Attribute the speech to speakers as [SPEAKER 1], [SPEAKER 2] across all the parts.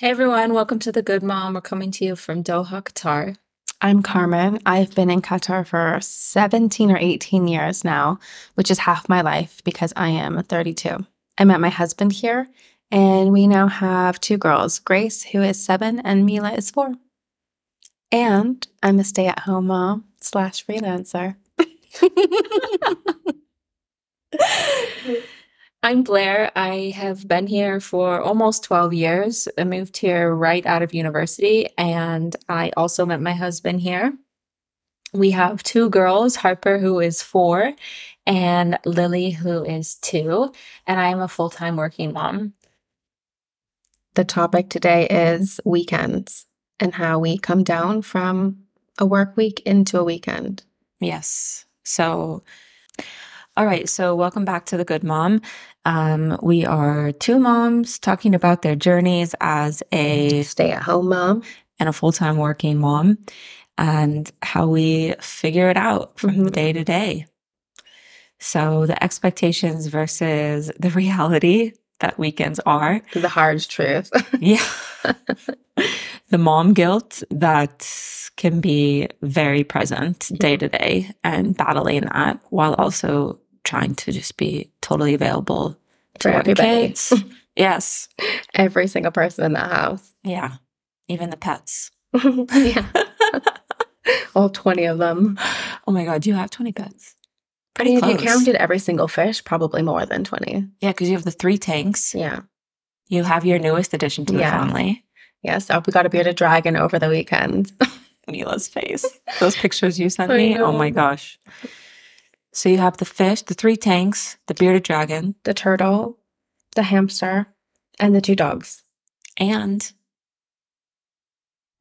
[SPEAKER 1] everyone, welcome to The Good Mom. We're coming to you from Doha, Qatar.
[SPEAKER 2] I'm Carmen. I've been in Qatar for 17 or 18 years now, which is half my life because I am 32. I met my husband here, and we now have two girls Grace, who is seven, and Mila is four. And I'm a stay at home mom slash freelancer.
[SPEAKER 1] I'm Blair. I have been here for almost 12 years. I moved here right out of university, and I also met my husband here. We have two girls Harper, who is four, and Lily, who is two. And I am a full time working mom.
[SPEAKER 3] The topic today is weekends and how we come down from a work week into a weekend.
[SPEAKER 4] Yes. So, all right. So, welcome back to The Good Mom. Um, we are two moms talking about their journeys as a
[SPEAKER 3] Stay at home mom.
[SPEAKER 4] and a full time working mom and how we figure it out from
[SPEAKER 3] Mhm.
[SPEAKER 4] day to day. So, the expectations versus the reality that weekends are.
[SPEAKER 3] The hard truth.
[SPEAKER 4] Yeah. the mom guilt that can be very
[SPEAKER 3] Mm-hmm.
[SPEAKER 4] present day to day and battling that while also trying to just be totally available to
[SPEAKER 3] For
[SPEAKER 4] our
[SPEAKER 3] everybody.
[SPEAKER 4] kids. yes.
[SPEAKER 3] Every single person in that house.
[SPEAKER 4] Yeah. Even the pets.
[SPEAKER 3] yeah. All 20 of them.
[SPEAKER 4] Oh my God, you have 20 pets.
[SPEAKER 3] I
[SPEAKER 4] Pretty
[SPEAKER 3] mean, if
[SPEAKER 4] close.
[SPEAKER 3] you counted every single fish, probably more than 20.
[SPEAKER 4] yeah, because you have the three tanks.
[SPEAKER 3] Yeah.
[SPEAKER 4] You have your newest addition to the
[SPEAKER 3] Yeah.
[SPEAKER 4] family.
[SPEAKER 3] Yeah. So we got a bearded dragon over the weekend.
[SPEAKER 4] Mila's face. Those pictures you sent
[SPEAKER 3] I
[SPEAKER 4] me. Oh
[SPEAKER 3] know.
[SPEAKER 4] my gosh. So you have the fish, the three tanks, the bearded dragon,
[SPEAKER 3] The turtle, the hamster, and the two dogs.
[SPEAKER 4] and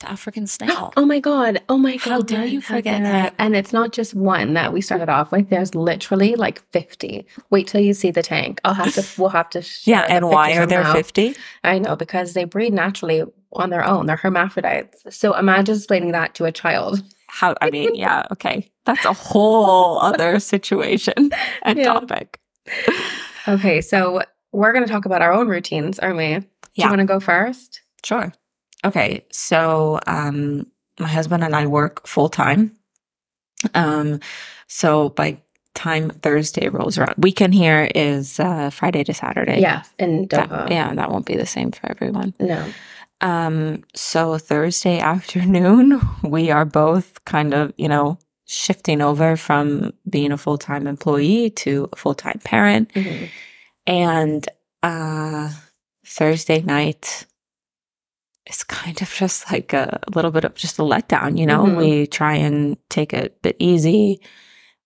[SPEAKER 4] the African snail.
[SPEAKER 3] Oh my god! Oh my god!
[SPEAKER 4] How dare you
[SPEAKER 3] How
[SPEAKER 4] forget
[SPEAKER 3] dare-
[SPEAKER 4] that.
[SPEAKER 3] And it's not just one that we started off with. There's literally like fifty. Wait till you see the tank. I'll have to. We'll have to.
[SPEAKER 4] yeah,
[SPEAKER 3] share the
[SPEAKER 4] and why
[SPEAKER 3] picture
[SPEAKER 4] are there
[SPEAKER 3] somehow.
[SPEAKER 4] 50?
[SPEAKER 3] I know because they breed naturally on their own. They're hermaphrodites. So imagine explaining that to a child.
[SPEAKER 4] How I mean, yeah, okay. That's a whole other situation and
[SPEAKER 3] Yeah.
[SPEAKER 4] topic.
[SPEAKER 3] Okay, so we're going to talk about our own routines, aren't we? Do you
[SPEAKER 4] Yeah.
[SPEAKER 3] want to go first?
[SPEAKER 4] Sure. Okay. So, um, my husband and I work full time. Um, so by time Thursday rolls around, weekend here is uh, Friday to Saturday.
[SPEAKER 3] Yeah, in
[SPEAKER 4] That-
[SPEAKER 3] Doha.
[SPEAKER 4] yeah, that won't be the same for everyone.
[SPEAKER 3] No.
[SPEAKER 4] Um, so Thursday afternoon, we are both kind of, you know, shifting over from being a full time employee to a full time parent.
[SPEAKER 3] Mhm.
[SPEAKER 4] And uh, Thursday night is kind of just like a, little bit of just a letdown, you know?
[SPEAKER 3] Mhm.
[SPEAKER 4] We try and take it a bit easy.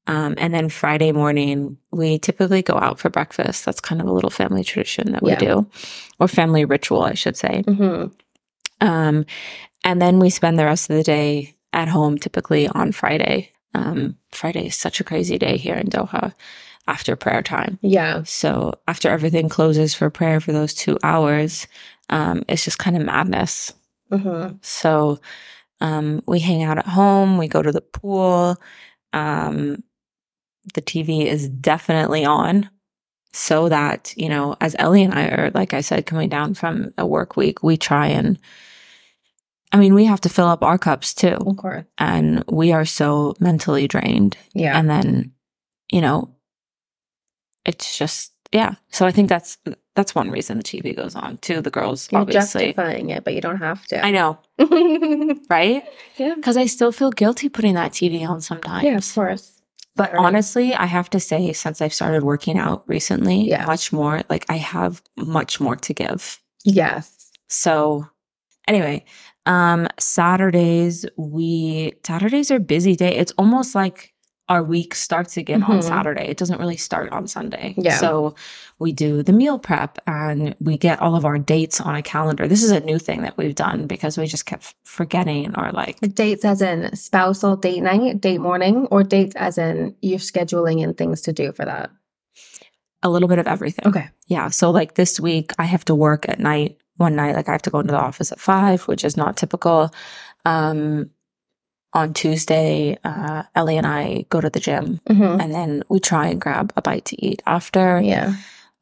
[SPEAKER 4] Um, and then Friday morning, we typically go out for breakfast. That's kind of a little family tradition that we
[SPEAKER 3] Yeah.
[SPEAKER 4] do, or family ritual, I should say.
[SPEAKER 3] Mhm.
[SPEAKER 4] Um, and then we spend the rest of the day at home, typically on Friday. Um, Friday is such a crazy day here in Doha after prayer time.
[SPEAKER 3] Yeah.
[SPEAKER 4] So after everything closes for prayer for those two hours, um, it's just kind of madness. Mm-hmm.
[SPEAKER 3] Mhm.
[SPEAKER 4] So um, we hang out at home, we go to the pool. Um, the TV is definitely on so that, you know, as Ellie and I are, like I said, coming down from a work week, we try and, I mean, we have to fill up our cups too.
[SPEAKER 3] Of course.
[SPEAKER 4] And we are so mentally drained.
[SPEAKER 3] Yeah.
[SPEAKER 4] And then, you know, it's just, yeah. So I think that's, that's one reason the TV goes on too. The girls,
[SPEAKER 3] You're
[SPEAKER 4] obviously.
[SPEAKER 3] justifying it, but you don't have to.
[SPEAKER 4] I know, right?
[SPEAKER 3] yeah.
[SPEAKER 4] Because I still feel guilty putting that TV on sometimes.
[SPEAKER 3] Yeah, of course.
[SPEAKER 4] But
[SPEAKER 3] All right.
[SPEAKER 4] honestly, I have to say, since I've started working out recently,
[SPEAKER 3] Yeah.
[SPEAKER 4] much more, like I have much more to give.
[SPEAKER 3] Yes.
[SPEAKER 4] So anyway, um, Saturdays, we, Saturdays are busy day. It's almost like our week starts again on
[SPEAKER 3] Mhm.
[SPEAKER 4] Saturday. It doesn't really start on Sunday.
[SPEAKER 3] Yeah.
[SPEAKER 4] So we do the meal prep and we get all of our dates on a calendar. This is a new thing that we've done because we just kept forgetting or like,
[SPEAKER 3] Dates as in spousal date night, date morning, or dates as in you're scheduling and things to do for that.
[SPEAKER 4] a little bit of everything.
[SPEAKER 3] Okay.
[SPEAKER 4] Yeah. So like this week I have to work at night one night, like I have to go into the office at five, which is not typical. Um, on Tuesday, uh, Ellie and I go to the gym
[SPEAKER 3] hmm
[SPEAKER 4] and then we try and grab a bite to eat after.
[SPEAKER 3] Yeah.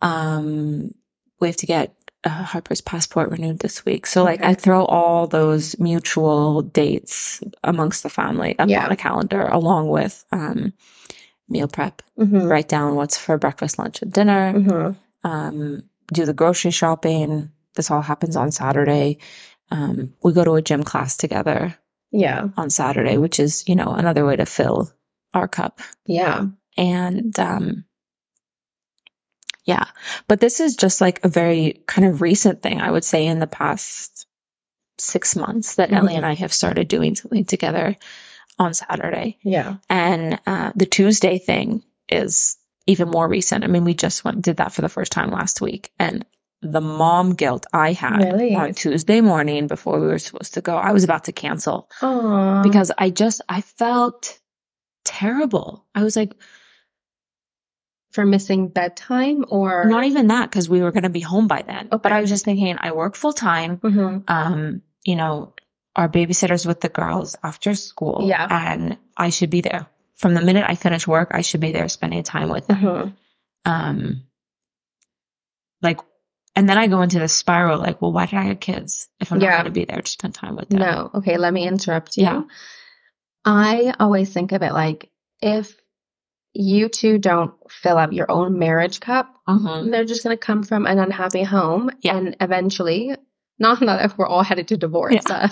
[SPEAKER 4] Um, we have to get uh, Harper's passport renewed this week. So like I throw all those mutual dates amongst the family up
[SPEAKER 3] Yeah.
[SPEAKER 4] on a calendar along with um, meal prep.
[SPEAKER 3] Mm-hmm.
[SPEAKER 4] Write down what's for breakfast, lunch, and dinner.
[SPEAKER 3] Mm-hmm.
[SPEAKER 4] Um, do the grocery shopping. This all happens on Saturday. Um, we go to a gym class together
[SPEAKER 3] Yeah.
[SPEAKER 4] on Saturday, which is you know another way to fill our cup
[SPEAKER 3] Yeah.
[SPEAKER 4] and um yeah but this is just like a very kind of recent thing i would say in the past six months that
[SPEAKER 3] Mhm.
[SPEAKER 4] ellie and i have started doing something together on saturday
[SPEAKER 3] Yeah.
[SPEAKER 4] and uh, the tuesday thing is even more recent i mean we just went did that for the first time last week and the mom guilt i had
[SPEAKER 3] Really?
[SPEAKER 4] on tuesday morning before we were supposed to go i was about to cancel
[SPEAKER 3] Aww.
[SPEAKER 4] because I just I felt terrible. I was like,
[SPEAKER 3] for missing bedtime or
[SPEAKER 4] not even that because we were going to be home by then. But
[SPEAKER 3] Okay.
[SPEAKER 4] I was just thinking, I work full time.
[SPEAKER 3] Mhm.
[SPEAKER 4] Um, you know, our babysitters with the girls after school.
[SPEAKER 3] Yeah.
[SPEAKER 4] and I should be there from the minute I finish work. I should be there spending time with them.
[SPEAKER 3] Mhm.
[SPEAKER 4] Um, like, and then I go into this spiral. Like, well, why did I have kids if I'm not
[SPEAKER 3] Yeah.
[SPEAKER 4] going to be there to spend time with them?
[SPEAKER 3] No. Okay, let me interrupt you.
[SPEAKER 4] Yeah.
[SPEAKER 3] I always think of it like if you two don't fill up your own marriage cup,
[SPEAKER 4] Mhm.
[SPEAKER 3] they're just going to come from an unhappy home
[SPEAKER 4] Yeah.
[SPEAKER 3] and eventually not that if we're all headed to divorce.
[SPEAKER 4] Yeah.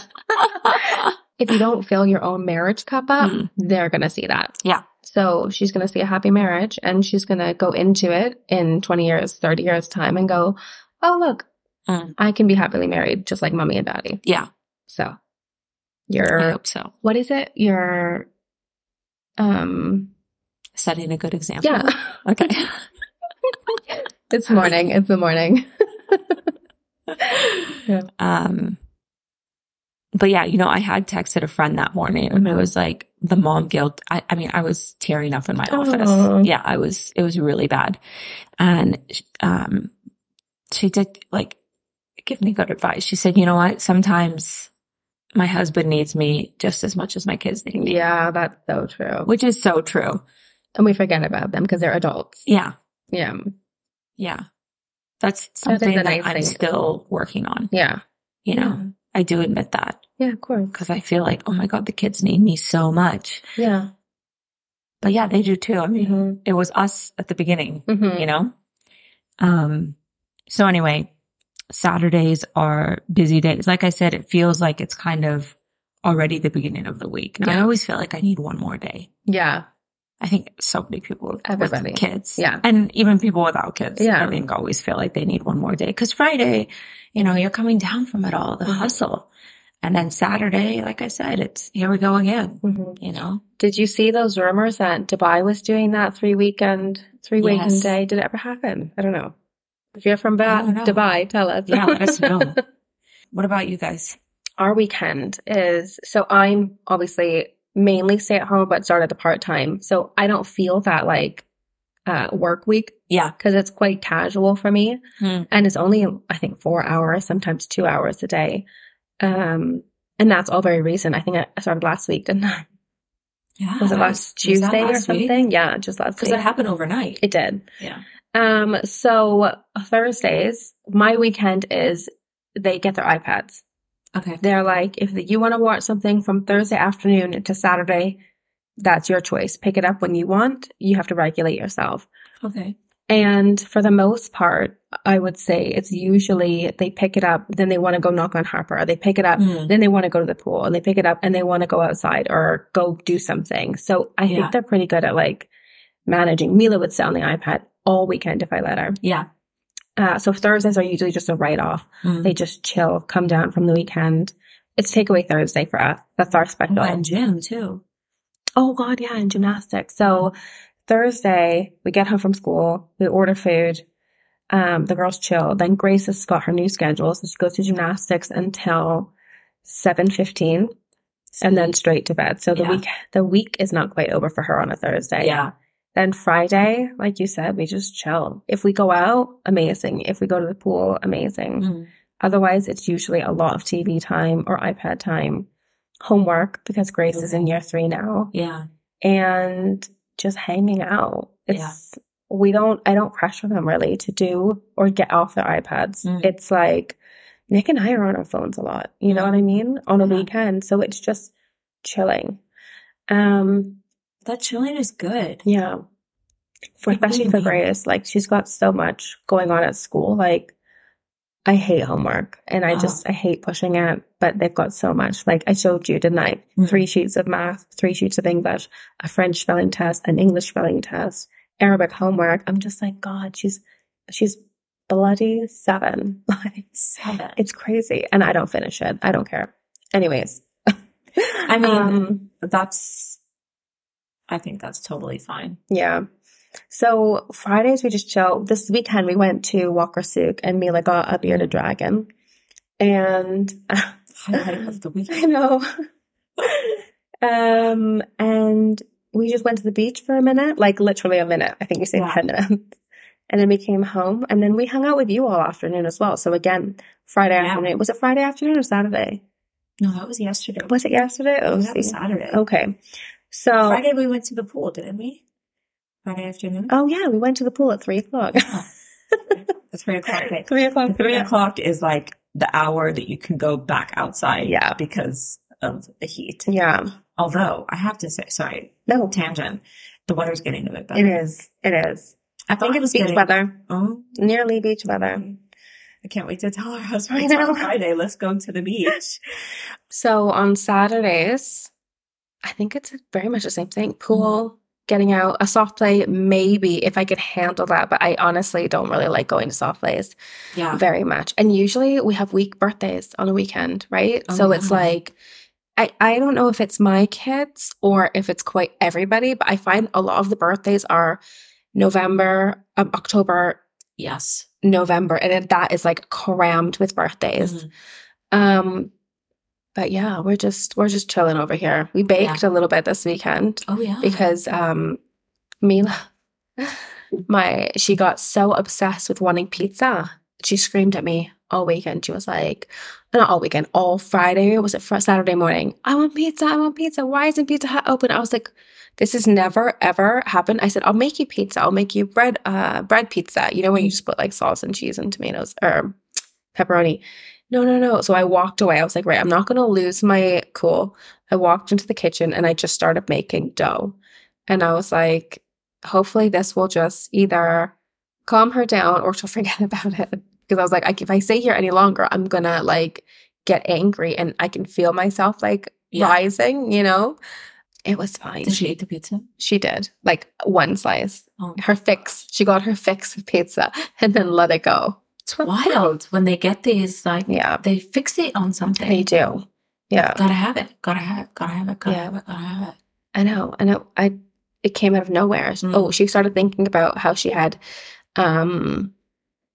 [SPEAKER 3] uh, if you don't fill your own marriage cup up,
[SPEAKER 4] Mm.
[SPEAKER 3] they're going to see that.
[SPEAKER 4] Yeah.
[SPEAKER 3] So she's going to see a happy marriage and she's going to go into it in 20 years, 30 years time and go, "Oh, look,
[SPEAKER 4] Mm.
[SPEAKER 3] I can be happily married just like mommy and daddy."
[SPEAKER 4] Yeah.
[SPEAKER 3] So
[SPEAKER 4] I
[SPEAKER 3] you're
[SPEAKER 4] hope so.
[SPEAKER 3] what is it? Your um
[SPEAKER 4] Setting a good example.
[SPEAKER 3] yeah.
[SPEAKER 4] Okay.
[SPEAKER 3] it's morning. It's the morning. yeah.
[SPEAKER 4] Um, but yeah, you know, I had texted a friend that morning and I was like, the mom guilt. I, I mean, I was tearing up in my
[SPEAKER 3] Aw.
[SPEAKER 4] office. Yeah, I was, it was really bad. And, um, she did like give me good advice. She said, you know what? Sometimes my husband needs me just as much as my kids need me,
[SPEAKER 3] Yeah, that's so true.
[SPEAKER 4] which is so true.
[SPEAKER 3] And we forget about them because they're adults.
[SPEAKER 4] Yeah.
[SPEAKER 3] Yeah.
[SPEAKER 4] Yeah. That's
[SPEAKER 3] That is a
[SPEAKER 4] something that,
[SPEAKER 3] nice
[SPEAKER 4] I'm
[SPEAKER 3] thing.
[SPEAKER 4] still working on.
[SPEAKER 3] Yeah.
[SPEAKER 4] You know, I do admit that
[SPEAKER 3] Yeah, of course.
[SPEAKER 4] because I feel like, oh my God, the kids need me so much.
[SPEAKER 3] Yeah.
[SPEAKER 4] but yeah, they do too. I mean,
[SPEAKER 3] hmm
[SPEAKER 4] it was us at the beginning,
[SPEAKER 3] hmm
[SPEAKER 4] you know? Um, so anyway, Saturdays are busy days. Like I said, it feels like it's kind of already the beginning of the week. And I
[SPEAKER 3] Yeah.
[SPEAKER 4] always feel like I need one more day.
[SPEAKER 3] Yeah.
[SPEAKER 4] I think so many people with
[SPEAKER 3] Everybody.
[SPEAKER 4] kids.
[SPEAKER 3] Yeah.
[SPEAKER 4] And even people without kids.
[SPEAKER 3] Yeah.
[SPEAKER 4] I think always feel like they need one more day. Cause Friday, you know, you're coming down from it all, the
[SPEAKER 3] Mhm.
[SPEAKER 4] hustle. And then Saturday, like I said, it's here we go again,
[SPEAKER 3] hmm
[SPEAKER 4] you know?
[SPEAKER 3] Did you see those rumors that Dubai was doing that three weekend, three weekend
[SPEAKER 4] Yes.
[SPEAKER 3] day? Did it ever happen? I don't know. If you're from
[SPEAKER 4] I don't
[SPEAKER 3] ba-
[SPEAKER 4] know.
[SPEAKER 3] Dubai, tell us.
[SPEAKER 4] Yeah. Let us know. what about you guys?
[SPEAKER 3] Our weekend is so I'm obviously mainly stay at home, but started the part time. So I don't feel that like uh, work week
[SPEAKER 4] Yeah.
[SPEAKER 3] because it's quite casual for me
[SPEAKER 4] Hmm.
[SPEAKER 3] and it's only i think four hours sometimes two hours a day um and that's all very recent i think i I started last week didn't i
[SPEAKER 4] Yeah.
[SPEAKER 3] was it last tuesday or something yeah just last
[SPEAKER 4] Because
[SPEAKER 3] week
[SPEAKER 4] it happened overnight.
[SPEAKER 3] it did
[SPEAKER 4] Yeah.
[SPEAKER 3] um so thursdays my weekend is they get their ipads
[SPEAKER 4] Okay.
[SPEAKER 3] they're like if you want to watch something from thursday afternoon to saturday that's your choice pick it up when you want you have to regulate yourself
[SPEAKER 4] Okay.
[SPEAKER 3] And for the most part, I would say it's usually they pick it up, then they want to go knock on Harper, or they pick it up,
[SPEAKER 4] Mm.
[SPEAKER 3] then they want to go to the pool, and they pick it up and they want to go outside or go do something. So I
[SPEAKER 4] Yeah.
[SPEAKER 3] think they're pretty good at like managing. Mila would sit on the iPad all weekend if I let her.
[SPEAKER 4] Yeah.
[SPEAKER 3] Uh, so Thursdays are usually just a write off.
[SPEAKER 4] Mm.
[SPEAKER 3] They just chill, come down from the weekend. It's takeaway Thursday for us. That's our
[SPEAKER 4] Oh,
[SPEAKER 3] special.
[SPEAKER 4] and gym too.
[SPEAKER 3] Oh God, yeah, and gymnastics. So Thursday, we get home from school, we order food, um, the girls chill. Then Grace has got her new schedule, so she goes to gymnastics until seven fifteen, and then straight to bed. So the
[SPEAKER 4] Yeah.
[SPEAKER 3] week the week is not quite over for her on a Thursday.
[SPEAKER 4] Yeah.
[SPEAKER 3] Then Friday, like you said, we just chill. If we go out, amazing. If we go to the pool, amazing.
[SPEAKER 4] Mm.
[SPEAKER 3] Otherwise, it's usually a lot of TV time or iPad time, homework because Grace is in year three now
[SPEAKER 4] Yeah.
[SPEAKER 3] and just hanging out. It's
[SPEAKER 5] we don't, I don't pressure them really to do or get off their iPads.
[SPEAKER 6] Mm.
[SPEAKER 5] It's like Nick and I are on our phones a lot. You know what I mean? On a
[SPEAKER 6] Yeah.
[SPEAKER 5] weekend. So it's just chilling. Um,
[SPEAKER 4] That chilling is good.
[SPEAKER 5] yeah. For,
[SPEAKER 4] Like, what do
[SPEAKER 5] especially
[SPEAKER 4] you
[SPEAKER 5] for
[SPEAKER 4] mean?
[SPEAKER 5] Grace. Like she's got so much going on at school. Like I hate homework and I
[SPEAKER 4] Oh.
[SPEAKER 5] just I hate pushing it, but they've got so much. Like I showed you, didn't I?
[SPEAKER 4] Mm-hmm.
[SPEAKER 6] Mhm.
[SPEAKER 5] Three sheets of math, three sheets of English, a French spelling test, an English spelling test, Arabic homework. I'm just like, God, she's she's bloody seven. Like
[SPEAKER 4] Seven.
[SPEAKER 5] it's crazy. And I don't finish it. I don't care. Anyways.
[SPEAKER 4] I mean,
[SPEAKER 5] Um,
[SPEAKER 4] That's, I think that's totally fine.
[SPEAKER 5] Yeah. So Fridays we just chill. This weekend we went to Wakarasuk and Mila got a bearded dragon. And
[SPEAKER 4] Highlight of the week.
[SPEAKER 5] I know. um and we just went to the beach for a minute, like literally a minute. I think we stayed
[SPEAKER 4] Yeah.
[SPEAKER 5] ten minutes. And then we came home and then we hung out with you all afternoon as well. So again, Friday
[SPEAKER 4] Yeah.
[SPEAKER 5] afternoon. Was it Friday afternoon or Saturday?
[SPEAKER 4] No, that was yesterday.
[SPEAKER 5] Was it yesterday?
[SPEAKER 4] It
[SPEAKER 5] Oh,
[SPEAKER 4] was
[SPEAKER 5] see.
[SPEAKER 4] Saturday.
[SPEAKER 5] okay. So
[SPEAKER 4] Friday we went to the pool, didn't we? Friday afternoon.
[SPEAKER 5] Oh yeah, we went to the pool at three o'clock.
[SPEAKER 4] The three o'clock thing.
[SPEAKER 5] three
[SPEAKER 4] The
[SPEAKER 3] Oh,
[SPEAKER 5] o'clock.
[SPEAKER 4] three
[SPEAKER 5] yeah.
[SPEAKER 4] o'clock is like the hour that you can go back outside.
[SPEAKER 5] Yeah.
[SPEAKER 4] Because of the heat.
[SPEAKER 5] Yeah.
[SPEAKER 4] Although I have to say, sorry,
[SPEAKER 5] No,
[SPEAKER 4] tangent. The weather's getting a bit better.
[SPEAKER 5] it is. It is.
[SPEAKER 4] I think it was
[SPEAKER 5] beach
[SPEAKER 4] getting,
[SPEAKER 5] weather.
[SPEAKER 4] Oh,
[SPEAKER 5] Nearly beach weather.
[SPEAKER 4] I can't wait to tell our
[SPEAKER 5] I
[SPEAKER 4] husband
[SPEAKER 5] know.
[SPEAKER 4] on Friday. Let's go to the beach.
[SPEAKER 3] So on
[SPEAKER 5] Saturdays, I think it's very much the same thing. Pool,
[SPEAKER 3] getting out a soft play, maybe if I could handle that, but I honestly don't really like going to soft plays
[SPEAKER 4] Yeah.
[SPEAKER 3] very much. And usually we have week birthdays on a weekend, right?
[SPEAKER 4] Oh,
[SPEAKER 3] so it's
[SPEAKER 4] yeah.
[SPEAKER 3] like I, I don't know if it's my kids or if it's quite everybody, but I find a lot of the birthdays are November, um, October,
[SPEAKER 4] Yes.
[SPEAKER 3] November, and then that is like crammed with birthdays.
[SPEAKER 4] Mhm.
[SPEAKER 3] Um, but yeah, we're just we're just chilling over here. We baked a little bit this weekend
[SPEAKER 4] Oh yeah.
[SPEAKER 3] because um, Mila, my she got so obsessed with wanting pizza. She screamed at me all weekend. She was like, not all weekend, all Friday was it Fri- Saturday morning? I want pizza. I want pizza. Why isn't Pizza Hut open? I was like, this has never ever happened. I said, I'll make you pizza. I'll make you bread, uh, bread pizza. You know when you just put like sauce and cheese and tomatoes or pepperoni. No, no, no. So I walked away. I was like, right, I'm not gonna lose my cool. I walked into the kitchen and I just started making dough. And I was like, hopefully this will just either calm her down or she'll forget about it. Because I was like, I, if I stay here any longer, I'm gonna like get angry and I can feel myself like
[SPEAKER 4] Yeah.
[SPEAKER 3] rising, you know? It was fine.
[SPEAKER 4] Did she eat the pizza?
[SPEAKER 3] She did. Like one slice.
[SPEAKER 4] Oh.
[SPEAKER 3] Her fix. She got her fix of pizza and then let it go. It's
[SPEAKER 4] Wild when they get these, like
[SPEAKER 3] Yeah.
[SPEAKER 4] they fixate on something.
[SPEAKER 3] They do. Yeah.
[SPEAKER 4] Gotta have it. Gotta have it. Gotta have it. Gotta
[SPEAKER 3] Yeah.
[SPEAKER 4] have it. Gotta have it.
[SPEAKER 3] I know. I know. I it came out of nowhere.
[SPEAKER 4] Mm.
[SPEAKER 3] Oh, she started thinking about how she had um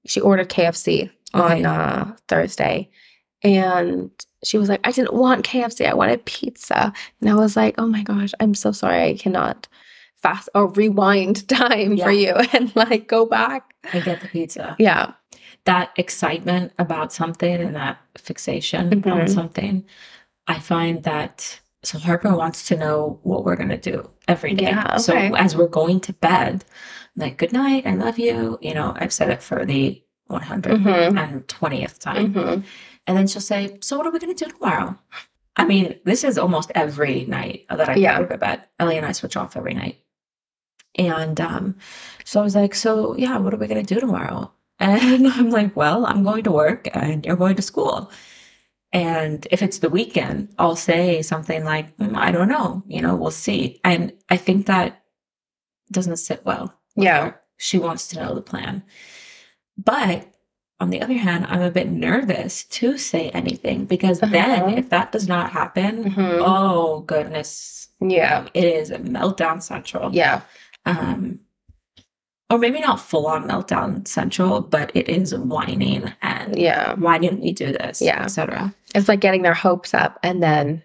[SPEAKER 3] she ordered KFC
[SPEAKER 4] Okay.
[SPEAKER 3] on uh Thursday and she was like, I didn't want KFC, I wanted pizza. And I was like, Oh my gosh, I'm so sorry I cannot fast or rewind time for you and like go back.
[SPEAKER 4] I get the pizza.
[SPEAKER 3] Yeah.
[SPEAKER 4] That excitement about something and that fixation on
[SPEAKER 3] Mhm.
[SPEAKER 4] something, I find that. So Harper wants to know what we're gonna do every day.
[SPEAKER 3] Yeah,
[SPEAKER 4] So
[SPEAKER 3] okay.
[SPEAKER 4] as we're going to bed, I'm like good night, I love you. You know, I've said it for the 120th
[SPEAKER 3] Mm-hmm.
[SPEAKER 4] time. And then she'll say, So what are we gonna do tomorrow? I mean, this is almost every night that I
[SPEAKER 3] Yeah.
[SPEAKER 4] go to bed. Ellie and I switch off every night. And um, so I was like, So yeah, what are we gonna do tomorrow? And I'm like, Well, I'm going to work and you're going to school. And if it's the weekend, I'll say something like, "Mm, I don't know, you know, we'll see. And I think that doesn't sit well. with
[SPEAKER 3] Yeah.
[SPEAKER 4] her. She wants to know the plan. But on the other hand, I'm a bit nervous to say anything because
[SPEAKER 3] Uh-huh.
[SPEAKER 4] then if that does not happen,
[SPEAKER 3] Mm-hmm.
[SPEAKER 4] oh goodness.
[SPEAKER 3] Yeah.
[SPEAKER 4] It is a meltdown central.
[SPEAKER 3] Yeah.
[SPEAKER 4] Um or maybe not full on meltdown central, but it is whining and
[SPEAKER 3] Yeah.
[SPEAKER 4] why didn't we do this?
[SPEAKER 3] Yeah.
[SPEAKER 4] Etc.
[SPEAKER 3] It's like getting their hopes up and then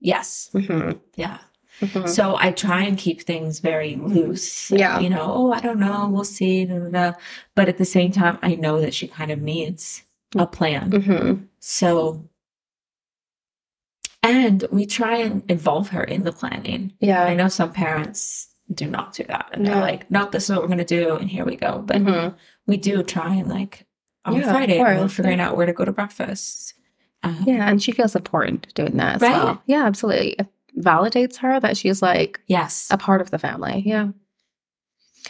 [SPEAKER 4] Yes.
[SPEAKER 3] Mhm.
[SPEAKER 4] Yeah.
[SPEAKER 3] Mhm.
[SPEAKER 4] So I try and keep things very loose.
[SPEAKER 3] Yeah.
[SPEAKER 4] You know, oh, I don't know. We'll see. Da, da, da. But at the same time, I know that she kind of needs a plan.
[SPEAKER 3] Mhm.
[SPEAKER 4] So, and we try and involve her in the planning.
[SPEAKER 3] Yeah.
[SPEAKER 4] I know some parents do not do that. And they're
[SPEAKER 7] No.
[SPEAKER 4] like, nope, this is what we're gonna do, and here we go. But
[SPEAKER 3] Mm-hmm.
[SPEAKER 7] Mhm.
[SPEAKER 4] we do try and like on
[SPEAKER 7] Yeah, of
[SPEAKER 4] Friday we're
[SPEAKER 7] course,
[SPEAKER 4] figuring out where to go to breakfast. Um,
[SPEAKER 3] Yeah, and she feels important doing that as
[SPEAKER 4] Right.
[SPEAKER 3] well. Yeah, absolutely. It validates her that she's like
[SPEAKER 4] Yes.
[SPEAKER 3] a part of the family. Yeah.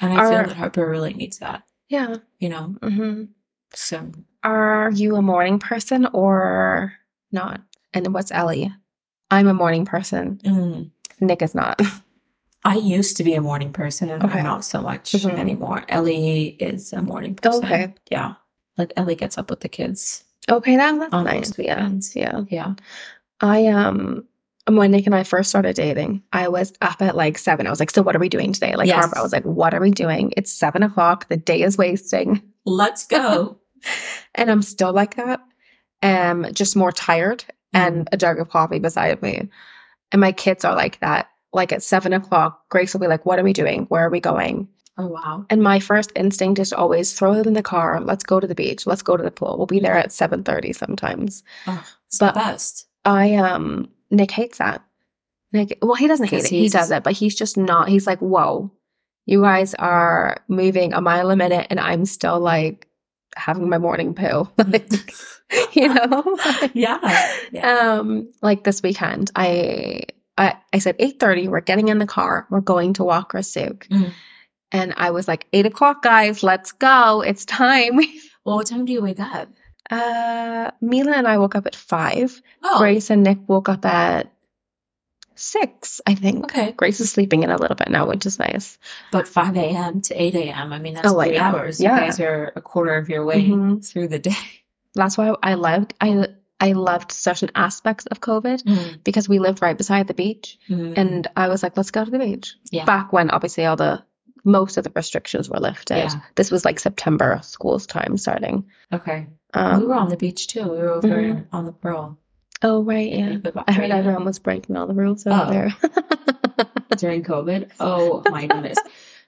[SPEAKER 4] And I
[SPEAKER 3] Our-
[SPEAKER 4] feel that Harper really needs that,
[SPEAKER 3] Yeah.
[SPEAKER 4] you know.
[SPEAKER 3] hmm
[SPEAKER 4] So
[SPEAKER 3] Are you a morning person or not? And what's Ellie? I'm a morning person.
[SPEAKER 4] mm,
[SPEAKER 3] Nick is not.
[SPEAKER 4] I used to be a morning person and
[SPEAKER 3] Okay.
[SPEAKER 4] I'm not so much
[SPEAKER 3] Mhm.
[SPEAKER 4] anymore. Ellie is a morning person.
[SPEAKER 3] Okay.
[SPEAKER 4] Yeah. Like Ellie gets up with the kids.
[SPEAKER 3] Okay, that, that's
[SPEAKER 4] On
[SPEAKER 3] nice.
[SPEAKER 4] those
[SPEAKER 3] Yeah.
[SPEAKER 4] weekends.
[SPEAKER 3] Yeah.
[SPEAKER 4] Yeah.
[SPEAKER 3] I um when Nick and I first started dating, I was up at like seven. I was like, so what are we doing today? Like
[SPEAKER 4] Yes.
[SPEAKER 3] Harper, I was like, what are we doing? It's seven o'clock. The day is wasting.
[SPEAKER 4] Let's go.
[SPEAKER 3] And I'm still like that. Um, just more tired and
[SPEAKER 4] Mm-hmm.
[SPEAKER 3] a jug of coffee beside me. And my kids are like that. Like at seven o'clock, Grace will be like, What are we doing? Where are we going?
[SPEAKER 4] oh wow.
[SPEAKER 3] And my first instinct is to always throw them in the car. Let's go to the beach. Let's go to the pool. We'll be there at 7.30 sometimes.
[SPEAKER 4] Oh, it's
[SPEAKER 3] But-
[SPEAKER 4] the best.
[SPEAKER 3] I um Nick hates that. Nick well he doesn't hate it.
[SPEAKER 4] 'Cause
[SPEAKER 3] He
[SPEAKER 4] he's-
[SPEAKER 3] does it, but he's just not he's like, Whoa, you guys are moving a mile a minute and I'm still like having my morning pill. Like, you know?
[SPEAKER 4] Yeah. Yeah.
[SPEAKER 3] Um, like this weekend, I I, I said eight thirty. We're getting in the car. We're going to walk Rasuk,
[SPEAKER 4] Mm.
[SPEAKER 3] and I was like eight o'clock, guys. Let's go. It's time.
[SPEAKER 4] well, what time do you wake up?
[SPEAKER 3] Uh, Mila and I woke up at five.
[SPEAKER 4] Oh,
[SPEAKER 3] Grace and Nick woke up at six, I think.
[SPEAKER 4] Okay.
[SPEAKER 3] Grace is sleeping in a little bit now, which is nice.
[SPEAKER 4] But 5 a.m. to 8 a.m. I mean, that's
[SPEAKER 3] Oh, I
[SPEAKER 4] three
[SPEAKER 3] know.
[SPEAKER 4] hours.
[SPEAKER 3] Yeah.
[SPEAKER 4] You guys are a quarter of your way
[SPEAKER 3] Mhm.
[SPEAKER 4] through the day.
[SPEAKER 3] That's why I loved I I loved certain aspects of COVID
[SPEAKER 4] Mm.
[SPEAKER 3] because we lived right beside the beach.
[SPEAKER 4] Mhm.
[SPEAKER 3] Mm-hmm. And I was like, let's go to the beach.
[SPEAKER 4] Yeah.
[SPEAKER 3] Back when obviously all the most of the restrictions were lifted.
[SPEAKER 4] Yeah.
[SPEAKER 3] This was like September school's time starting.
[SPEAKER 4] okay.
[SPEAKER 3] Um,
[SPEAKER 4] we were on the beach too. We were over
[SPEAKER 3] Mhm.
[SPEAKER 4] in- on the Pearl.
[SPEAKER 3] oh right, yeah. I heard everyone was breaking all the rules over
[SPEAKER 4] Oh.
[SPEAKER 3] there.
[SPEAKER 4] during COVID. Oh my goodness.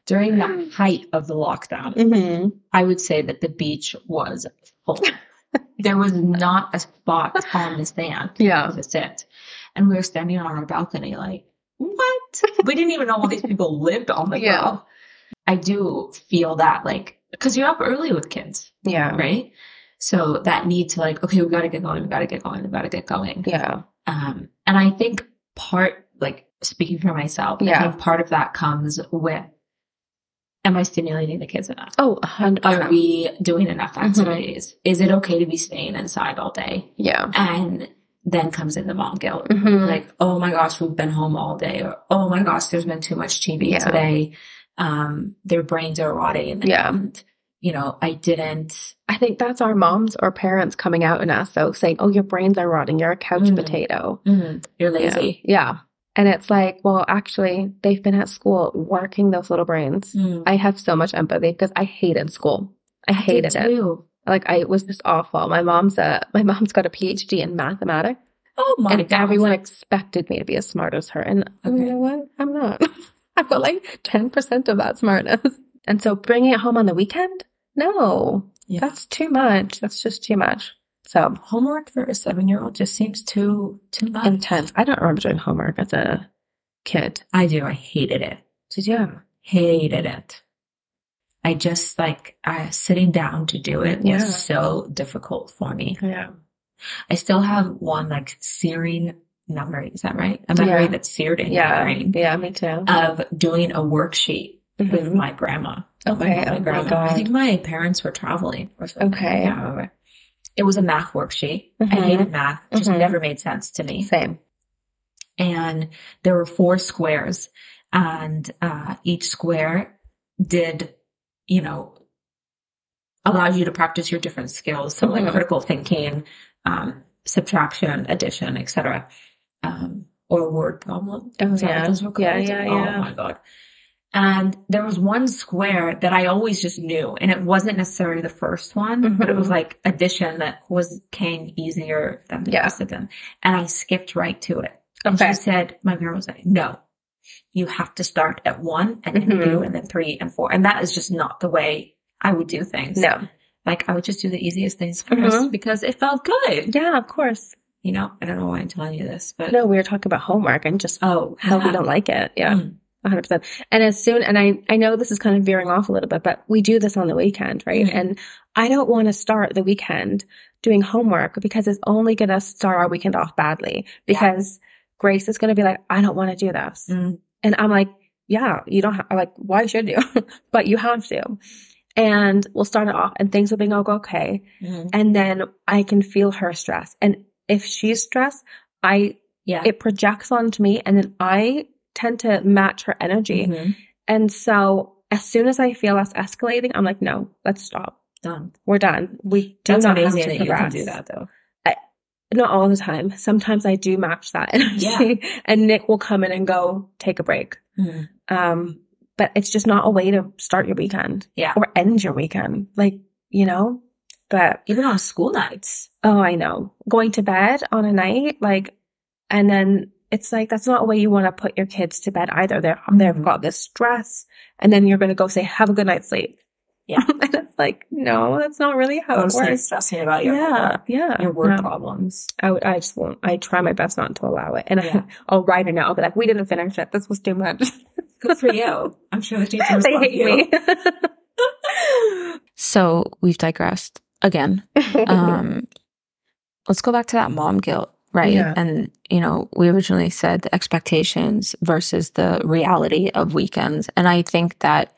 [SPEAKER 4] During the height of the lockdown,
[SPEAKER 3] hmm
[SPEAKER 4] I would say that the beach was full. there was not a spot on the sand
[SPEAKER 3] Yeah.
[SPEAKER 4] to sit. And we were standing on our balcony like, what? we didn't even know all these people lived on the
[SPEAKER 3] Yeah.
[SPEAKER 4] Pearl. I do feel that like, because you're up early with kids,
[SPEAKER 3] Yeah.
[SPEAKER 4] right? So that need to like, okay, we gotta get going, we gotta get going, we gotta get going.
[SPEAKER 3] Yeah.
[SPEAKER 4] Um, and I think part, like speaking for myself,
[SPEAKER 3] Yeah.
[SPEAKER 4] I think part of that comes with, am I stimulating the kids enough?
[SPEAKER 3] Oh, a hundred
[SPEAKER 4] Are
[SPEAKER 3] percent.
[SPEAKER 4] we doing enough
[SPEAKER 3] Mm-hmm.
[SPEAKER 4] activities? Is it okay to be staying inside all day?
[SPEAKER 3] Yeah.
[SPEAKER 4] And then comes in the mom guilt.
[SPEAKER 3] hmm
[SPEAKER 4] Like, oh my gosh, we've been home all day, or oh my gosh, there's been too much TV
[SPEAKER 3] Yeah.
[SPEAKER 4] today. Um, their brains are rotting.
[SPEAKER 3] Yeah.
[SPEAKER 4] And, you know, I didn't.
[SPEAKER 3] I think that's our moms or parents coming out in us, though, saying, "Oh, your brains are rotting. You're a couch
[SPEAKER 4] Mhm.
[SPEAKER 3] potato."
[SPEAKER 4] you're
[SPEAKER 3] Yeah.
[SPEAKER 4] lazy.
[SPEAKER 3] yeah. And it's like, well, actually, they've been at school working those little brains.
[SPEAKER 4] Mm.
[SPEAKER 3] I have so much empathy because I hated school. I
[SPEAKER 4] I did
[SPEAKER 3] hated it.
[SPEAKER 4] too.
[SPEAKER 3] Like I it was just awful. My mom's a my mom's got a PhD in mathematics,
[SPEAKER 4] Oh my
[SPEAKER 3] and
[SPEAKER 4] gosh.
[SPEAKER 3] everyone expected me to be as smart as her. And you
[SPEAKER 4] Okay.
[SPEAKER 3] know what? I'm not. I've got like ten percent of that smartness. And so bringing it home on the weekend, no,
[SPEAKER 4] Yeah.
[SPEAKER 3] that's too much. That's just too much. So
[SPEAKER 4] homework for a seven year old just seems too too much.
[SPEAKER 3] intense. I don't remember doing homework as a kid.
[SPEAKER 4] I do. I hated it.
[SPEAKER 3] Did you?
[SPEAKER 4] Hated it. I just like I sitting down to do it
[SPEAKER 3] Yeah.
[SPEAKER 4] was so difficult for me.
[SPEAKER 3] Yeah.
[SPEAKER 4] I still have one like searing memory. Is that right? A memory
[SPEAKER 3] Yeah.
[SPEAKER 4] that's seared in my
[SPEAKER 3] Yeah.
[SPEAKER 4] brain
[SPEAKER 3] Yeah. Me too.
[SPEAKER 4] of doing a worksheet with
[SPEAKER 3] Mhm.
[SPEAKER 4] my grandma.
[SPEAKER 3] Okay,
[SPEAKER 4] With
[SPEAKER 3] oh my
[SPEAKER 4] I think
[SPEAKER 3] God.
[SPEAKER 4] my parents were traveling or something. I
[SPEAKER 3] Okay.
[SPEAKER 4] can't remember. It was a math worksheet. I
[SPEAKER 3] Mhm.
[SPEAKER 4] hated math. It Just
[SPEAKER 3] Mhm.
[SPEAKER 4] never made sense to me.
[SPEAKER 3] Same.
[SPEAKER 4] and there were four squares and uh, each square did you know allows you to practice your different skills so like
[SPEAKER 3] Mhm.
[SPEAKER 4] critical thinking um, subtraction addition etc um, or word problem
[SPEAKER 3] Oh,
[SPEAKER 4] Is that what
[SPEAKER 3] yeah.
[SPEAKER 4] those were
[SPEAKER 3] Yeah,
[SPEAKER 4] called?
[SPEAKER 3] yeah, yeah.
[SPEAKER 4] oh my god and there was one square that I always just knew, and it wasn't necessarily the first one, but it was
[SPEAKER 3] Mhm.
[SPEAKER 4] like addition that was came easier than the
[SPEAKER 3] Yeah.
[SPEAKER 4] rest of them. And I skipped right to it.
[SPEAKER 3] Okay.
[SPEAKER 4] And she said, my girl was like, no, you have to start at one and then
[SPEAKER 3] Mhm.
[SPEAKER 4] two and then three and four. And that is just not the way I would do things.
[SPEAKER 3] No.
[SPEAKER 4] Like I would just do the easiest things 1st
[SPEAKER 3] Mhm.
[SPEAKER 4] because it felt good.
[SPEAKER 3] Yeah, of course.
[SPEAKER 4] You know, I don't know why I'm telling you this, but
[SPEAKER 3] No, we were talking about homework and just
[SPEAKER 4] oh,
[SPEAKER 3] how we
[SPEAKER 4] yeah.
[SPEAKER 3] don't like it. Yeah.
[SPEAKER 4] Mm.
[SPEAKER 3] 100%. And as soon, and I, I know this is kind of veering off a little bit, but we do this on the weekend, right?
[SPEAKER 4] Mhm.
[SPEAKER 3] And I don't want to start the weekend doing homework because it's only going to start our weekend off badly because Grace is going to be like, I don't want to do this.
[SPEAKER 4] Mm.
[SPEAKER 3] And I'm like, yeah, you don't have, like, why should you? but you have to. And we'll start it off and things will be going okay.
[SPEAKER 4] Mhm.
[SPEAKER 3] And then I can feel her stress. And if she's stressed, I,
[SPEAKER 4] Yeah.
[SPEAKER 3] it projects onto me and then I tend to match her energy.
[SPEAKER 4] Mhm.
[SPEAKER 3] And so as soon as I feel us escalating, I'm like, no, let's stop.
[SPEAKER 4] Done.
[SPEAKER 3] We're done. We do
[SPEAKER 4] That's
[SPEAKER 3] not
[SPEAKER 4] amazing
[SPEAKER 3] have
[SPEAKER 4] that
[SPEAKER 3] to
[SPEAKER 4] you can
[SPEAKER 3] progress.
[SPEAKER 4] do that though.
[SPEAKER 3] Not all the time. Sometimes I do match that energy, and Nick will come in and go take a break.
[SPEAKER 4] Mhm.
[SPEAKER 3] Um, but it's just not a way to start your weekend
[SPEAKER 4] Yeah.
[SPEAKER 3] or end your weekend, like you know. But
[SPEAKER 4] Even on school nights.
[SPEAKER 3] oh, I know going to bed on a night like, and then it's like that's not a way you want to put your kids to bed either. They're
[SPEAKER 4] Mhm.
[SPEAKER 3] they've got this stress, and then you're going to go say have a good night's sleep.
[SPEAKER 4] Yeah.
[SPEAKER 3] and it's like no, that's not really how it
[SPEAKER 4] Don't start
[SPEAKER 3] works.
[SPEAKER 4] stressing about your
[SPEAKER 3] Oh, Yeah, yeah.
[SPEAKER 4] your work
[SPEAKER 3] No.
[SPEAKER 4] problems.
[SPEAKER 3] I would, I just won't. I try my best not to allow it, and
[SPEAKER 4] Yeah.
[SPEAKER 3] I, will write it out. I'll be like, we didn't finish it. This was too much.
[SPEAKER 4] Good for you. I'm sure the teachers
[SPEAKER 3] they
[SPEAKER 4] love
[SPEAKER 3] hate
[SPEAKER 4] you.
[SPEAKER 3] me.
[SPEAKER 8] So we've digressed again. um let's go back to that mom guilt right
[SPEAKER 3] Yeah.
[SPEAKER 8] and you know we originally said the expectations versus the reality of weekends and i think that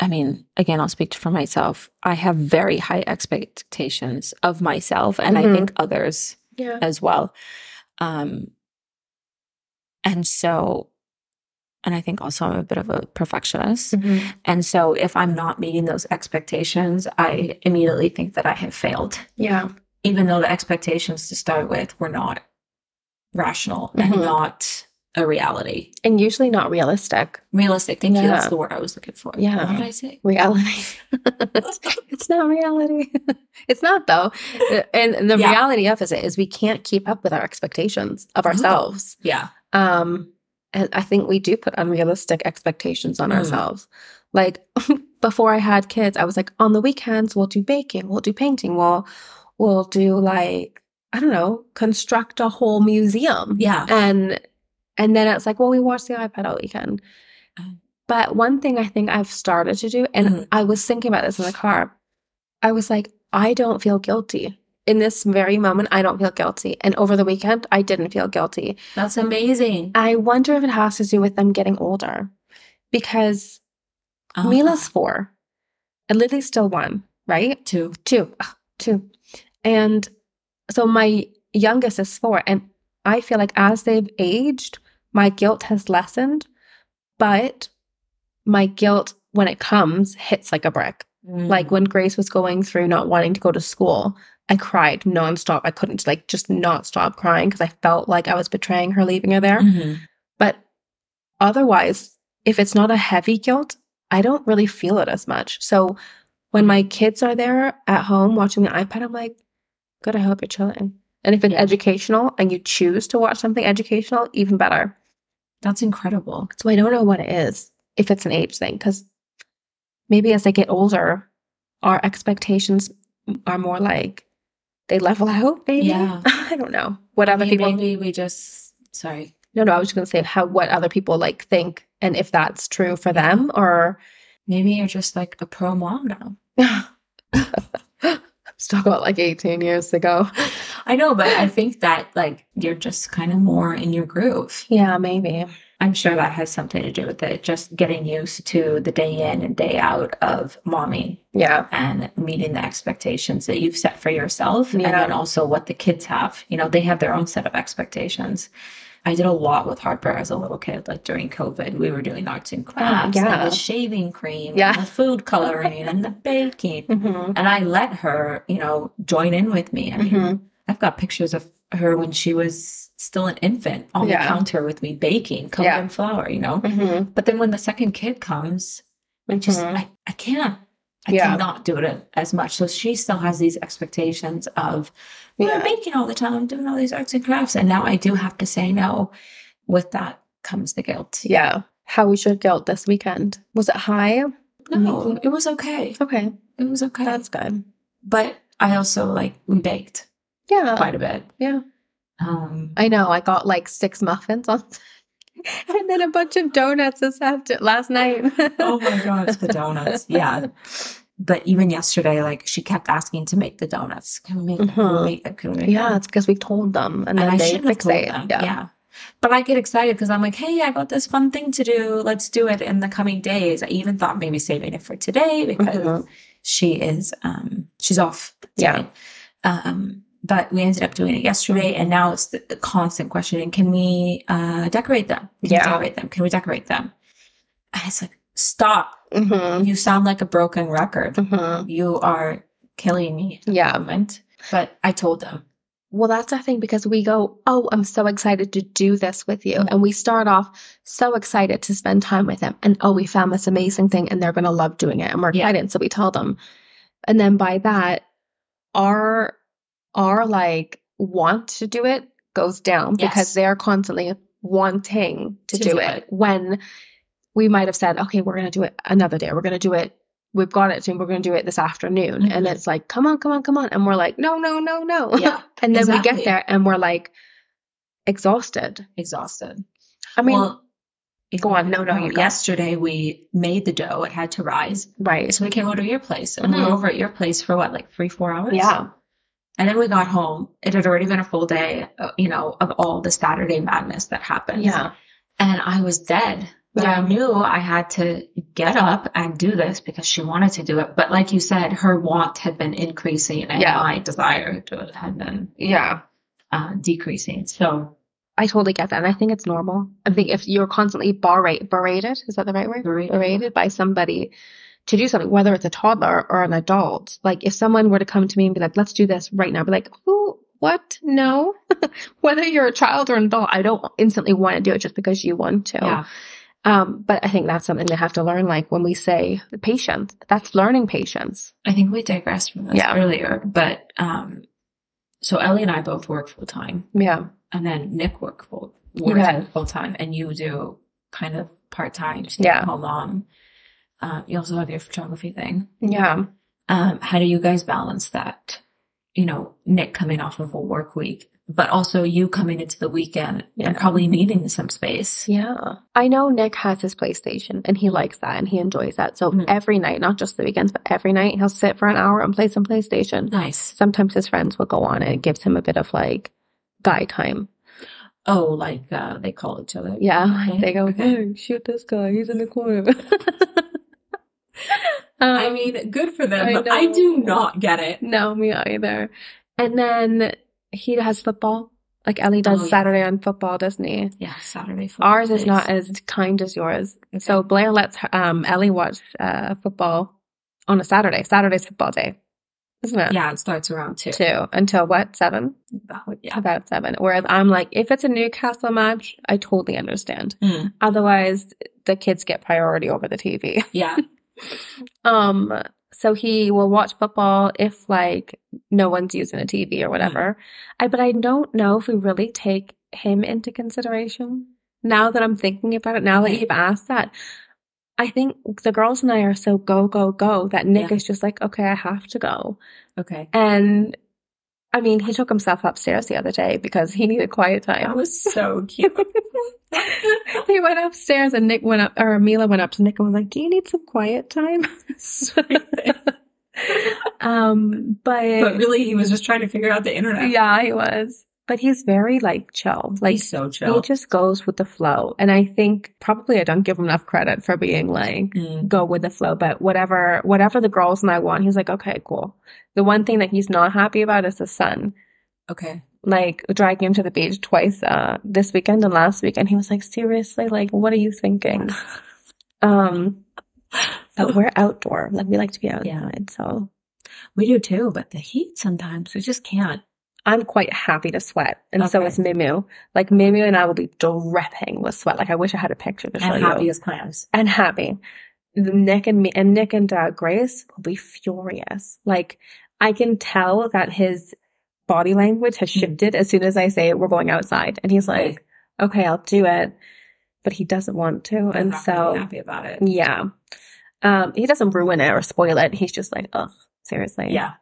[SPEAKER 8] i mean again i'll speak for myself i have very high expectations of myself and i
[SPEAKER 3] Mhm.
[SPEAKER 8] think others
[SPEAKER 3] yeah,
[SPEAKER 8] as well um and so and i think also i'm a bit of a perfectionist
[SPEAKER 3] Mm-hmm.
[SPEAKER 8] and so if I'm not meeting those expectations, I immediately think that I have failed,
[SPEAKER 3] yeah,
[SPEAKER 4] Even though the expectations to start with were not rational and
[SPEAKER 3] Mhm.
[SPEAKER 4] not a reality.
[SPEAKER 3] and usually not realistic.
[SPEAKER 4] Realistic. Thank you. That's
[SPEAKER 3] Yeah.
[SPEAKER 4] the word I was looking for.
[SPEAKER 3] Yeah.
[SPEAKER 4] What did I say?
[SPEAKER 3] Reality. it's not reality. it's not though. Uh, And the
[SPEAKER 4] Yeah.
[SPEAKER 3] reality of it is we can't keep up with our expectations of
[SPEAKER 4] No. Mm-hmm.
[SPEAKER 3] ourselves.
[SPEAKER 4] Yeah.
[SPEAKER 3] Um, and I think we do put unrealistic expectations on
[SPEAKER 4] Mm.
[SPEAKER 3] ourselves. Like before I had kids, I was like, on the weekends we'll do baking, we'll do painting, we'll we'll do like I don't know, construct a whole museum.
[SPEAKER 4] Yeah.
[SPEAKER 3] And and then it's like, well, we watched the iPad all weekend.
[SPEAKER 4] Oh.
[SPEAKER 3] But one thing I think I've started to do, and
[SPEAKER 4] Mhm.
[SPEAKER 3] I was thinking about this in the car, I was like, I don't feel guilty. In this very moment, I don't feel guilty. And over the weekend, I didn't feel guilty.
[SPEAKER 4] That's amazing.
[SPEAKER 3] I wonder if it has to do with them getting older because
[SPEAKER 4] Uh-huh.
[SPEAKER 3] Mila's four and Lily's still one, right?
[SPEAKER 4] too.
[SPEAKER 3] Two, Ugh, two. And so my youngest is four. And I feel like as they've aged, my guilt has lessened, but my guilt when it comes hits like a brick.
[SPEAKER 4] Mm-hmm.
[SPEAKER 3] Like when Grace was going through not wanting to go to school, I cried nonstop. I couldn't like just not stop crying because I felt like I was betraying her leaving her there.
[SPEAKER 4] Mhm.
[SPEAKER 3] But otherwise, if it's not a heavy guilt, I don't really feel it as much. So when my kids are there at home watching the iPad, I'm like, good, I hope you're chilling. And if it's
[SPEAKER 4] Yeah.
[SPEAKER 3] educational and you choose to watch something educational, even better.
[SPEAKER 4] That's incredible.
[SPEAKER 3] So I don't know what it is, if it's an age thing, because maybe as they get older, our expectations are more like they level out, maybe.
[SPEAKER 4] Yeah.
[SPEAKER 3] I don't know. What other
[SPEAKER 4] Maybe-
[SPEAKER 3] people
[SPEAKER 4] Maybe we just sorry.
[SPEAKER 3] No, no, I was just gonna say how what other people like think and if that's true for them or
[SPEAKER 4] Maybe you're just like a pro mom now.
[SPEAKER 3] still got like 18 years to go.
[SPEAKER 4] I know, but I think that like you're just kind of more in your groove.
[SPEAKER 3] Yeah, maybe.
[SPEAKER 4] I'm sure that has something to do with it. Just getting used to the day in and day out of mommy
[SPEAKER 3] Yeah.
[SPEAKER 4] and meeting the expectations that you've set for yourself and
[SPEAKER 3] Yeah.
[SPEAKER 4] then also what the kids have. You know, they have their own set of expectations. I did a lot with Harper as a little kid, like during COVID, we were doing arts and crafts
[SPEAKER 3] yeah.
[SPEAKER 4] and the shaving cream
[SPEAKER 3] Yeah.
[SPEAKER 4] and the food coloring and the baking.
[SPEAKER 3] Mm-hmm.
[SPEAKER 4] And I let her, you know, join in with me. I mean,
[SPEAKER 3] Mm-hmm.
[SPEAKER 4] I've got pictures of her when she was still an infant on
[SPEAKER 3] Yeah.
[SPEAKER 4] the counter with me baking, covered
[SPEAKER 3] Yeah.
[SPEAKER 4] in flour, you know?
[SPEAKER 3] Mm-hmm.
[SPEAKER 4] But then when the second kid comes, I just
[SPEAKER 3] Mhm.
[SPEAKER 4] I, I can't. I
[SPEAKER 3] Yeah.
[SPEAKER 4] cannot do it as much. So she still has these expectations of "Oh,
[SPEAKER 3] Yeah.
[SPEAKER 4] I'm baking all the time, I'm doing all these arts and crafts. And now I do have to say no. With that comes the guilt.
[SPEAKER 3] Yeah. How was your guilt this weekend? Was it high?
[SPEAKER 4] No, it was okay.
[SPEAKER 3] Okay.
[SPEAKER 4] It was okay.
[SPEAKER 3] That's good.
[SPEAKER 4] but I also like we baked
[SPEAKER 3] Yeah.
[SPEAKER 4] quite a bit.
[SPEAKER 3] yeah.
[SPEAKER 4] Um
[SPEAKER 3] I know. I got like six muffins on and then a bunch of donuts this after last night.
[SPEAKER 4] oh my gosh, the donuts. Yeah. But even yesterday, like she kept asking to make the donuts. Can we make them? Can
[SPEAKER 3] Mhm.
[SPEAKER 4] we make them? Can we make them?
[SPEAKER 3] yeah, it's because we told them, and
[SPEAKER 4] And
[SPEAKER 3] then
[SPEAKER 4] I
[SPEAKER 3] they
[SPEAKER 4] shouldn't have told
[SPEAKER 3] fixate.
[SPEAKER 4] them.
[SPEAKER 3] Yeah.
[SPEAKER 4] Yeah. But I get excited because I'm like, hey, I got this fun thing to do. Let's do it in the coming days. I even thought maybe saving it for today because
[SPEAKER 3] Mhm.
[SPEAKER 4] she is um she's off
[SPEAKER 3] Yeah.
[SPEAKER 4] today. Um but we ended up doing it yesterday and now it's the, the constant questioning, can we uh decorate them? Can
[SPEAKER 3] Yeah.
[SPEAKER 4] we decorate them? Can we decorate them? And it's like, stop.
[SPEAKER 3] Mhm.
[SPEAKER 4] You sound like a broken record.
[SPEAKER 3] Mhm.
[SPEAKER 4] You are killing me. at the
[SPEAKER 3] Yeah.
[SPEAKER 4] moment. But I told them.
[SPEAKER 3] Well, that's the thing because we go, Oh, I'm so excited to do this with you. And we start off so excited to spend time with them. And oh, we found this amazing thing and they're going to love doing it. And we're
[SPEAKER 4] Yeah.
[SPEAKER 3] excited. So we tell them. And then by that, our, our like want to do it goes down because
[SPEAKER 4] Yes.
[SPEAKER 3] they're constantly wanting to, do, it. when we might have said, okay, we're going to do it another day. We're going to do it. We've got it soon. We're going to do it this afternoon. And
[SPEAKER 4] Mhm.
[SPEAKER 3] it's like, come on, come on, come on. And we're like, no, no, no, no.
[SPEAKER 4] Yeah.
[SPEAKER 3] And then we
[SPEAKER 4] Exactly.
[SPEAKER 3] get there and we're like exhausted.
[SPEAKER 4] Exhausted.
[SPEAKER 3] I mean,
[SPEAKER 4] Well,
[SPEAKER 3] go on. No, no,
[SPEAKER 4] no,
[SPEAKER 3] you go.
[SPEAKER 4] yesterday we made the dough. It had to rise.
[SPEAKER 3] right.
[SPEAKER 4] So we came over to your place and we
[SPEAKER 3] Mhm.
[SPEAKER 4] were over at your place for what, like three, four hours?
[SPEAKER 3] Yeah.
[SPEAKER 4] And then we got home. It had already been a full day, uh, you know, of all the Saturday madness that happened.
[SPEAKER 3] Yeah.
[SPEAKER 4] And I was dead. But I
[SPEAKER 3] Yeah.
[SPEAKER 4] knew I had to get up and do this because she wanted to do it. But like you said, her want had been increasing and
[SPEAKER 3] Yeah.
[SPEAKER 4] my desire to it had been
[SPEAKER 3] Yeah.
[SPEAKER 4] uh, decreasing. So
[SPEAKER 3] I totally get that. And I think it's normal. I think if you're constantly berate, berated, is that the right word?
[SPEAKER 4] Berated.
[SPEAKER 3] by somebody to do something, whether it's a toddler or an adult. Like if someone were to come to me and be like, let's do this right now, I'd be like, who, what? No. whether you're a child or an adult, I don't instantly want to do it just because you want to.
[SPEAKER 4] yeah,
[SPEAKER 3] Um, but I think that's something they have to learn. Like when we say patience, that's learning patience.
[SPEAKER 4] I think we digressed from this
[SPEAKER 3] Yeah.
[SPEAKER 4] earlier, but um, so Ellie and I both work full time.
[SPEAKER 3] Yeah.
[SPEAKER 4] and then Nick work full works
[SPEAKER 3] Yes.
[SPEAKER 4] full time, and you do kind of part time,
[SPEAKER 3] Yeah.
[SPEAKER 4] yeah, home mom. Um, you also have your photography thing.
[SPEAKER 3] Yeah.
[SPEAKER 4] Um, how do you guys balance that? You know, Nick coming off of a work week, but also you coming into the weekend
[SPEAKER 3] Yeah.
[SPEAKER 4] and probably needing some space.
[SPEAKER 3] Yeah. I know Nick has his PlayStation and he likes that and he enjoys that. So
[SPEAKER 4] Mhm.
[SPEAKER 3] every night, not just the weekends, but every night he'll sit for an hour and play some PlayStation.
[SPEAKER 4] Nice.
[SPEAKER 3] Sometimes his friends will go on and it gives him a bit of like guy time.
[SPEAKER 4] Oh, like uh, they call each other.
[SPEAKER 3] Yeah.
[SPEAKER 4] Okay.
[SPEAKER 3] They go,
[SPEAKER 4] Okay.
[SPEAKER 3] hey, shoot this guy. He's in the corner.
[SPEAKER 4] I
[SPEAKER 3] Um,
[SPEAKER 4] mean, good for them.
[SPEAKER 3] I
[SPEAKER 4] but I
[SPEAKER 3] know.
[SPEAKER 4] do not get it.
[SPEAKER 3] No, me either. And then he has football. Like Ellie does
[SPEAKER 4] Oh, yeah.
[SPEAKER 3] Saturday on football, doesn't he?
[SPEAKER 4] Yeah, Saturday. football
[SPEAKER 3] Ours is
[SPEAKER 4] days.
[SPEAKER 3] not as kind as yours. So Blair lets her, um, Ellie watch uh, football on a Saturday. Saturday's football day, isn't it?
[SPEAKER 4] yeah, it starts around uh, two.
[SPEAKER 3] Two until what seven?
[SPEAKER 4] About- yeah.
[SPEAKER 3] About seven. Whereas I'm like, if it's a Newcastle match, I totally understand.
[SPEAKER 4] Mm.
[SPEAKER 3] Otherwise, the kids get priority over the TV.
[SPEAKER 4] Yeah.
[SPEAKER 3] Um, so he will watch football if like no one's using a TV or whatever. I but I don't know if we really take him into consideration. Now that I'm thinking about it, now that
[SPEAKER 4] Right.
[SPEAKER 3] you've asked that, I think the girls and I are so go, go, go that Nick
[SPEAKER 4] Yeah.
[SPEAKER 3] is just like, okay, I have to go.
[SPEAKER 4] Okay.
[SPEAKER 3] And I mean, he took himself upstairs the other day because he needed quiet
[SPEAKER 4] That
[SPEAKER 3] time.
[SPEAKER 4] was so cute.
[SPEAKER 3] He went upstairs and Nick went up, or Mila went up to Nick and was like, "Do you need some quiet time?" um, but,
[SPEAKER 4] but really, he was just trying to figure out the internet.
[SPEAKER 3] yeah, he was. But he's very like chill. Like
[SPEAKER 4] he's so
[SPEAKER 3] he
[SPEAKER 4] chill.
[SPEAKER 3] just goes with the flow. And I think probably I don't give him enough credit for being like
[SPEAKER 4] Mm.
[SPEAKER 3] go with the flow. But whatever, whatever the girls and I want, he's like, okay, cool. The one thing that he's not happy about is the sun
[SPEAKER 4] Okay.
[SPEAKER 3] like dragging him to the beach twice uh this weekend and last weekend he was like seriously like what are you thinking um but we're outdoor like we like to be outside so
[SPEAKER 4] We do too, but the heat sometimes we just can't.
[SPEAKER 3] i'm quite happy to sweat and so
[SPEAKER 4] Okay.
[SPEAKER 3] is mimu like mimu and i will be dripping with sweat like i wish i had a picture to show
[SPEAKER 4] And
[SPEAKER 3] you
[SPEAKER 4] happy as clams.
[SPEAKER 3] and happy. Nick and me and Nick and uh, Grace will be furious. Like I can tell that his body language has
[SPEAKER 4] Mhm.
[SPEAKER 3] shifted as soon as I say we're going outside, and he's like, "Okay, I'll do it," but he doesn't want to,
[SPEAKER 4] I'm
[SPEAKER 3] and
[SPEAKER 4] not really
[SPEAKER 3] so
[SPEAKER 4] happy about it.
[SPEAKER 3] yeah, um, he doesn't ruin it or spoil it. He's just like, "Ugh, seriously."
[SPEAKER 4] Yeah.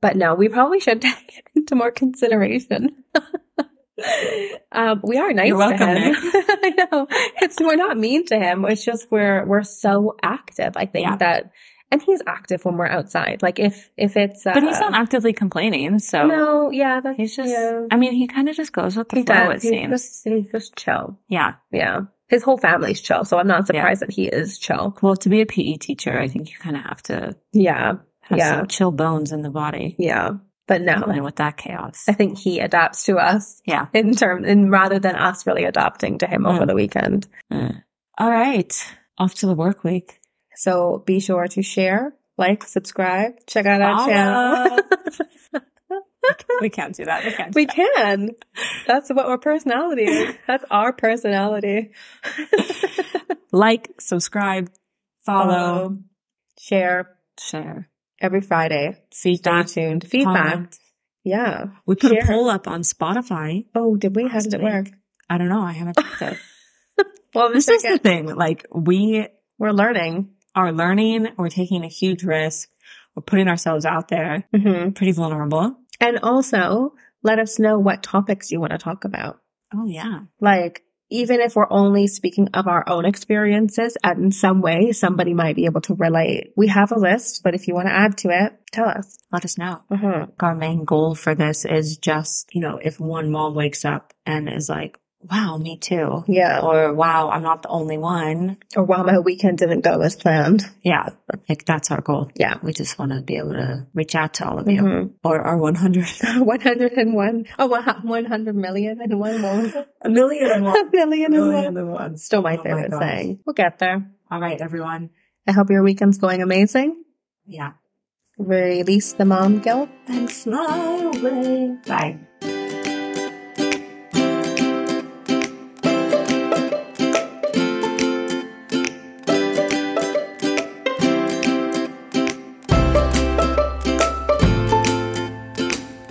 [SPEAKER 3] but no, we probably should take it into more consideration. um, we are nice
[SPEAKER 4] You're welcome,
[SPEAKER 3] to him. I know. It's we're not mean to him. It's just we're we're so active. I think
[SPEAKER 4] Yeah.
[SPEAKER 3] that, and he's active when we're outside. Like if if it's, uh,
[SPEAKER 4] But he's not actively complaining. So
[SPEAKER 3] No, yeah, that's
[SPEAKER 4] he's just,
[SPEAKER 3] yeah.
[SPEAKER 4] I mean, he kind of just goes with the
[SPEAKER 3] he
[SPEAKER 4] flow, it
[SPEAKER 3] does. He's
[SPEAKER 4] seems.
[SPEAKER 3] just, he's just chill.
[SPEAKER 4] yeah.
[SPEAKER 3] Yeah, his whole family's chill, so I'm not
[SPEAKER 4] Yeah.
[SPEAKER 3] surprised that he is chill.
[SPEAKER 4] Well, to be a PE teacher, I think you kind of have to
[SPEAKER 3] Yeah,
[SPEAKER 4] have
[SPEAKER 3] Yeah.
[SPEAKER 4] some chill bones in the body.
[SPEAKER 3] yeah, but no,
[SPEAKER 4] Dealing with that chaos.
[SPEAKER 3] I think he adapts to us.
[SPEAKER 4] Yeah.
[SPEAKER 3] in term and rather than us really adapting to him over
[SPEAKER 4] Mm.
[SPEAKER 3] the weekend.
[SPEAKER 4] Mm. All right. Off to the work week.
[SPEAKER 3] So be sure to share, like, subscribe, check out our
[SPEAKER 4] Follow.
[SPEAKER 3] channel.
[SPEAKER 4] We can't do that. We can't. do
[SPEAKER 3] we can. That's what our personality is. That's our personality.
[SPEAKER 4] that. Like, subscribe, follow,
[SPEAKER 3] Um, share
[SPEAKER 4] share,
[SPEAKER 3] every Friday. Stay
[SPEAKER 4] feedback,
[SPEAKER 3] tuned. Feedback.
[SPEAKER 4] comment.
[SPEAKER 3] Yeah.
[SPEAKER 4] We put
[SPEAKER 3] Share.
[SPEAKER 4] a poll up on Spotify.
[SPEAKER 3] Oh, did we? How
[SPEAKER 4] Last
[SPEAKER 3] did it
[SPEAKER 4] week.
[SPEAKER 3] work?
[SPEAKER 4] I don't know. I haven't checked it.
[SPEAKER 3] Well,
[SPEAKER 4] this is the thing. Like we
[SPEAKER 3] we're learning.
[SPEAKER 4] are learning. We're taking a huge risk. We're putting ourselves out there.
[SPEAKER 3] hmm
[SPEAKER 4] Pretty vulnerable.
[SPEAKER 3] And also, let us know what topics you want to talk about.
[SPEAKER 4] Oh yeah.
[SPEAKER 3] Like, even if we're only speaking of our own experiences and in some way somebody might be able to relate, we have a list, but if you want to add to it, tell us.
[SPEAKER 4] Let us know.
[SPEAKER 3] Mhm.
[SPEAKER 4] Our main goal for this is just, you know, if one mom wakes up and is like, wow, me too.
[SPEAKER 3] Yeah.
[SPEAKER 4] Or wow, I'm not the only one.
[SPEAKER 3] Or while my weekend didn't go as planned.
[SPEAKER 4] Yeah. Like that's our goal.
[SPEAKER 3] Yeah.
[SPEAKER 4] We just want to be able to reach out to all of you
[SPEAKER 3] Mhm.
[SPEAKER 4] or our 100
[SPEAKER 3] 101. Oh, wow. 100 million and one more.
[SPEAKER 4] a million and
[SPEAKER 3] A million and one.
[SPEAKER 4] and one.
[SPEAKER 3] Still my
[SPEAKER 4] Oh my
[SPEAKER 3] favorite
[SPEAKER 4] gosh.
[SPEAKER 3] saying. We'll get there.
[SPEAKER 4] All right, everyone.
[SPEAKER 3] I hope your weekend's going amazing.
[SPEAKER 4] Yeah.
[SPEAKER 3] Release the mom guilt.
[SPEAKER 4] And slowly. Bye.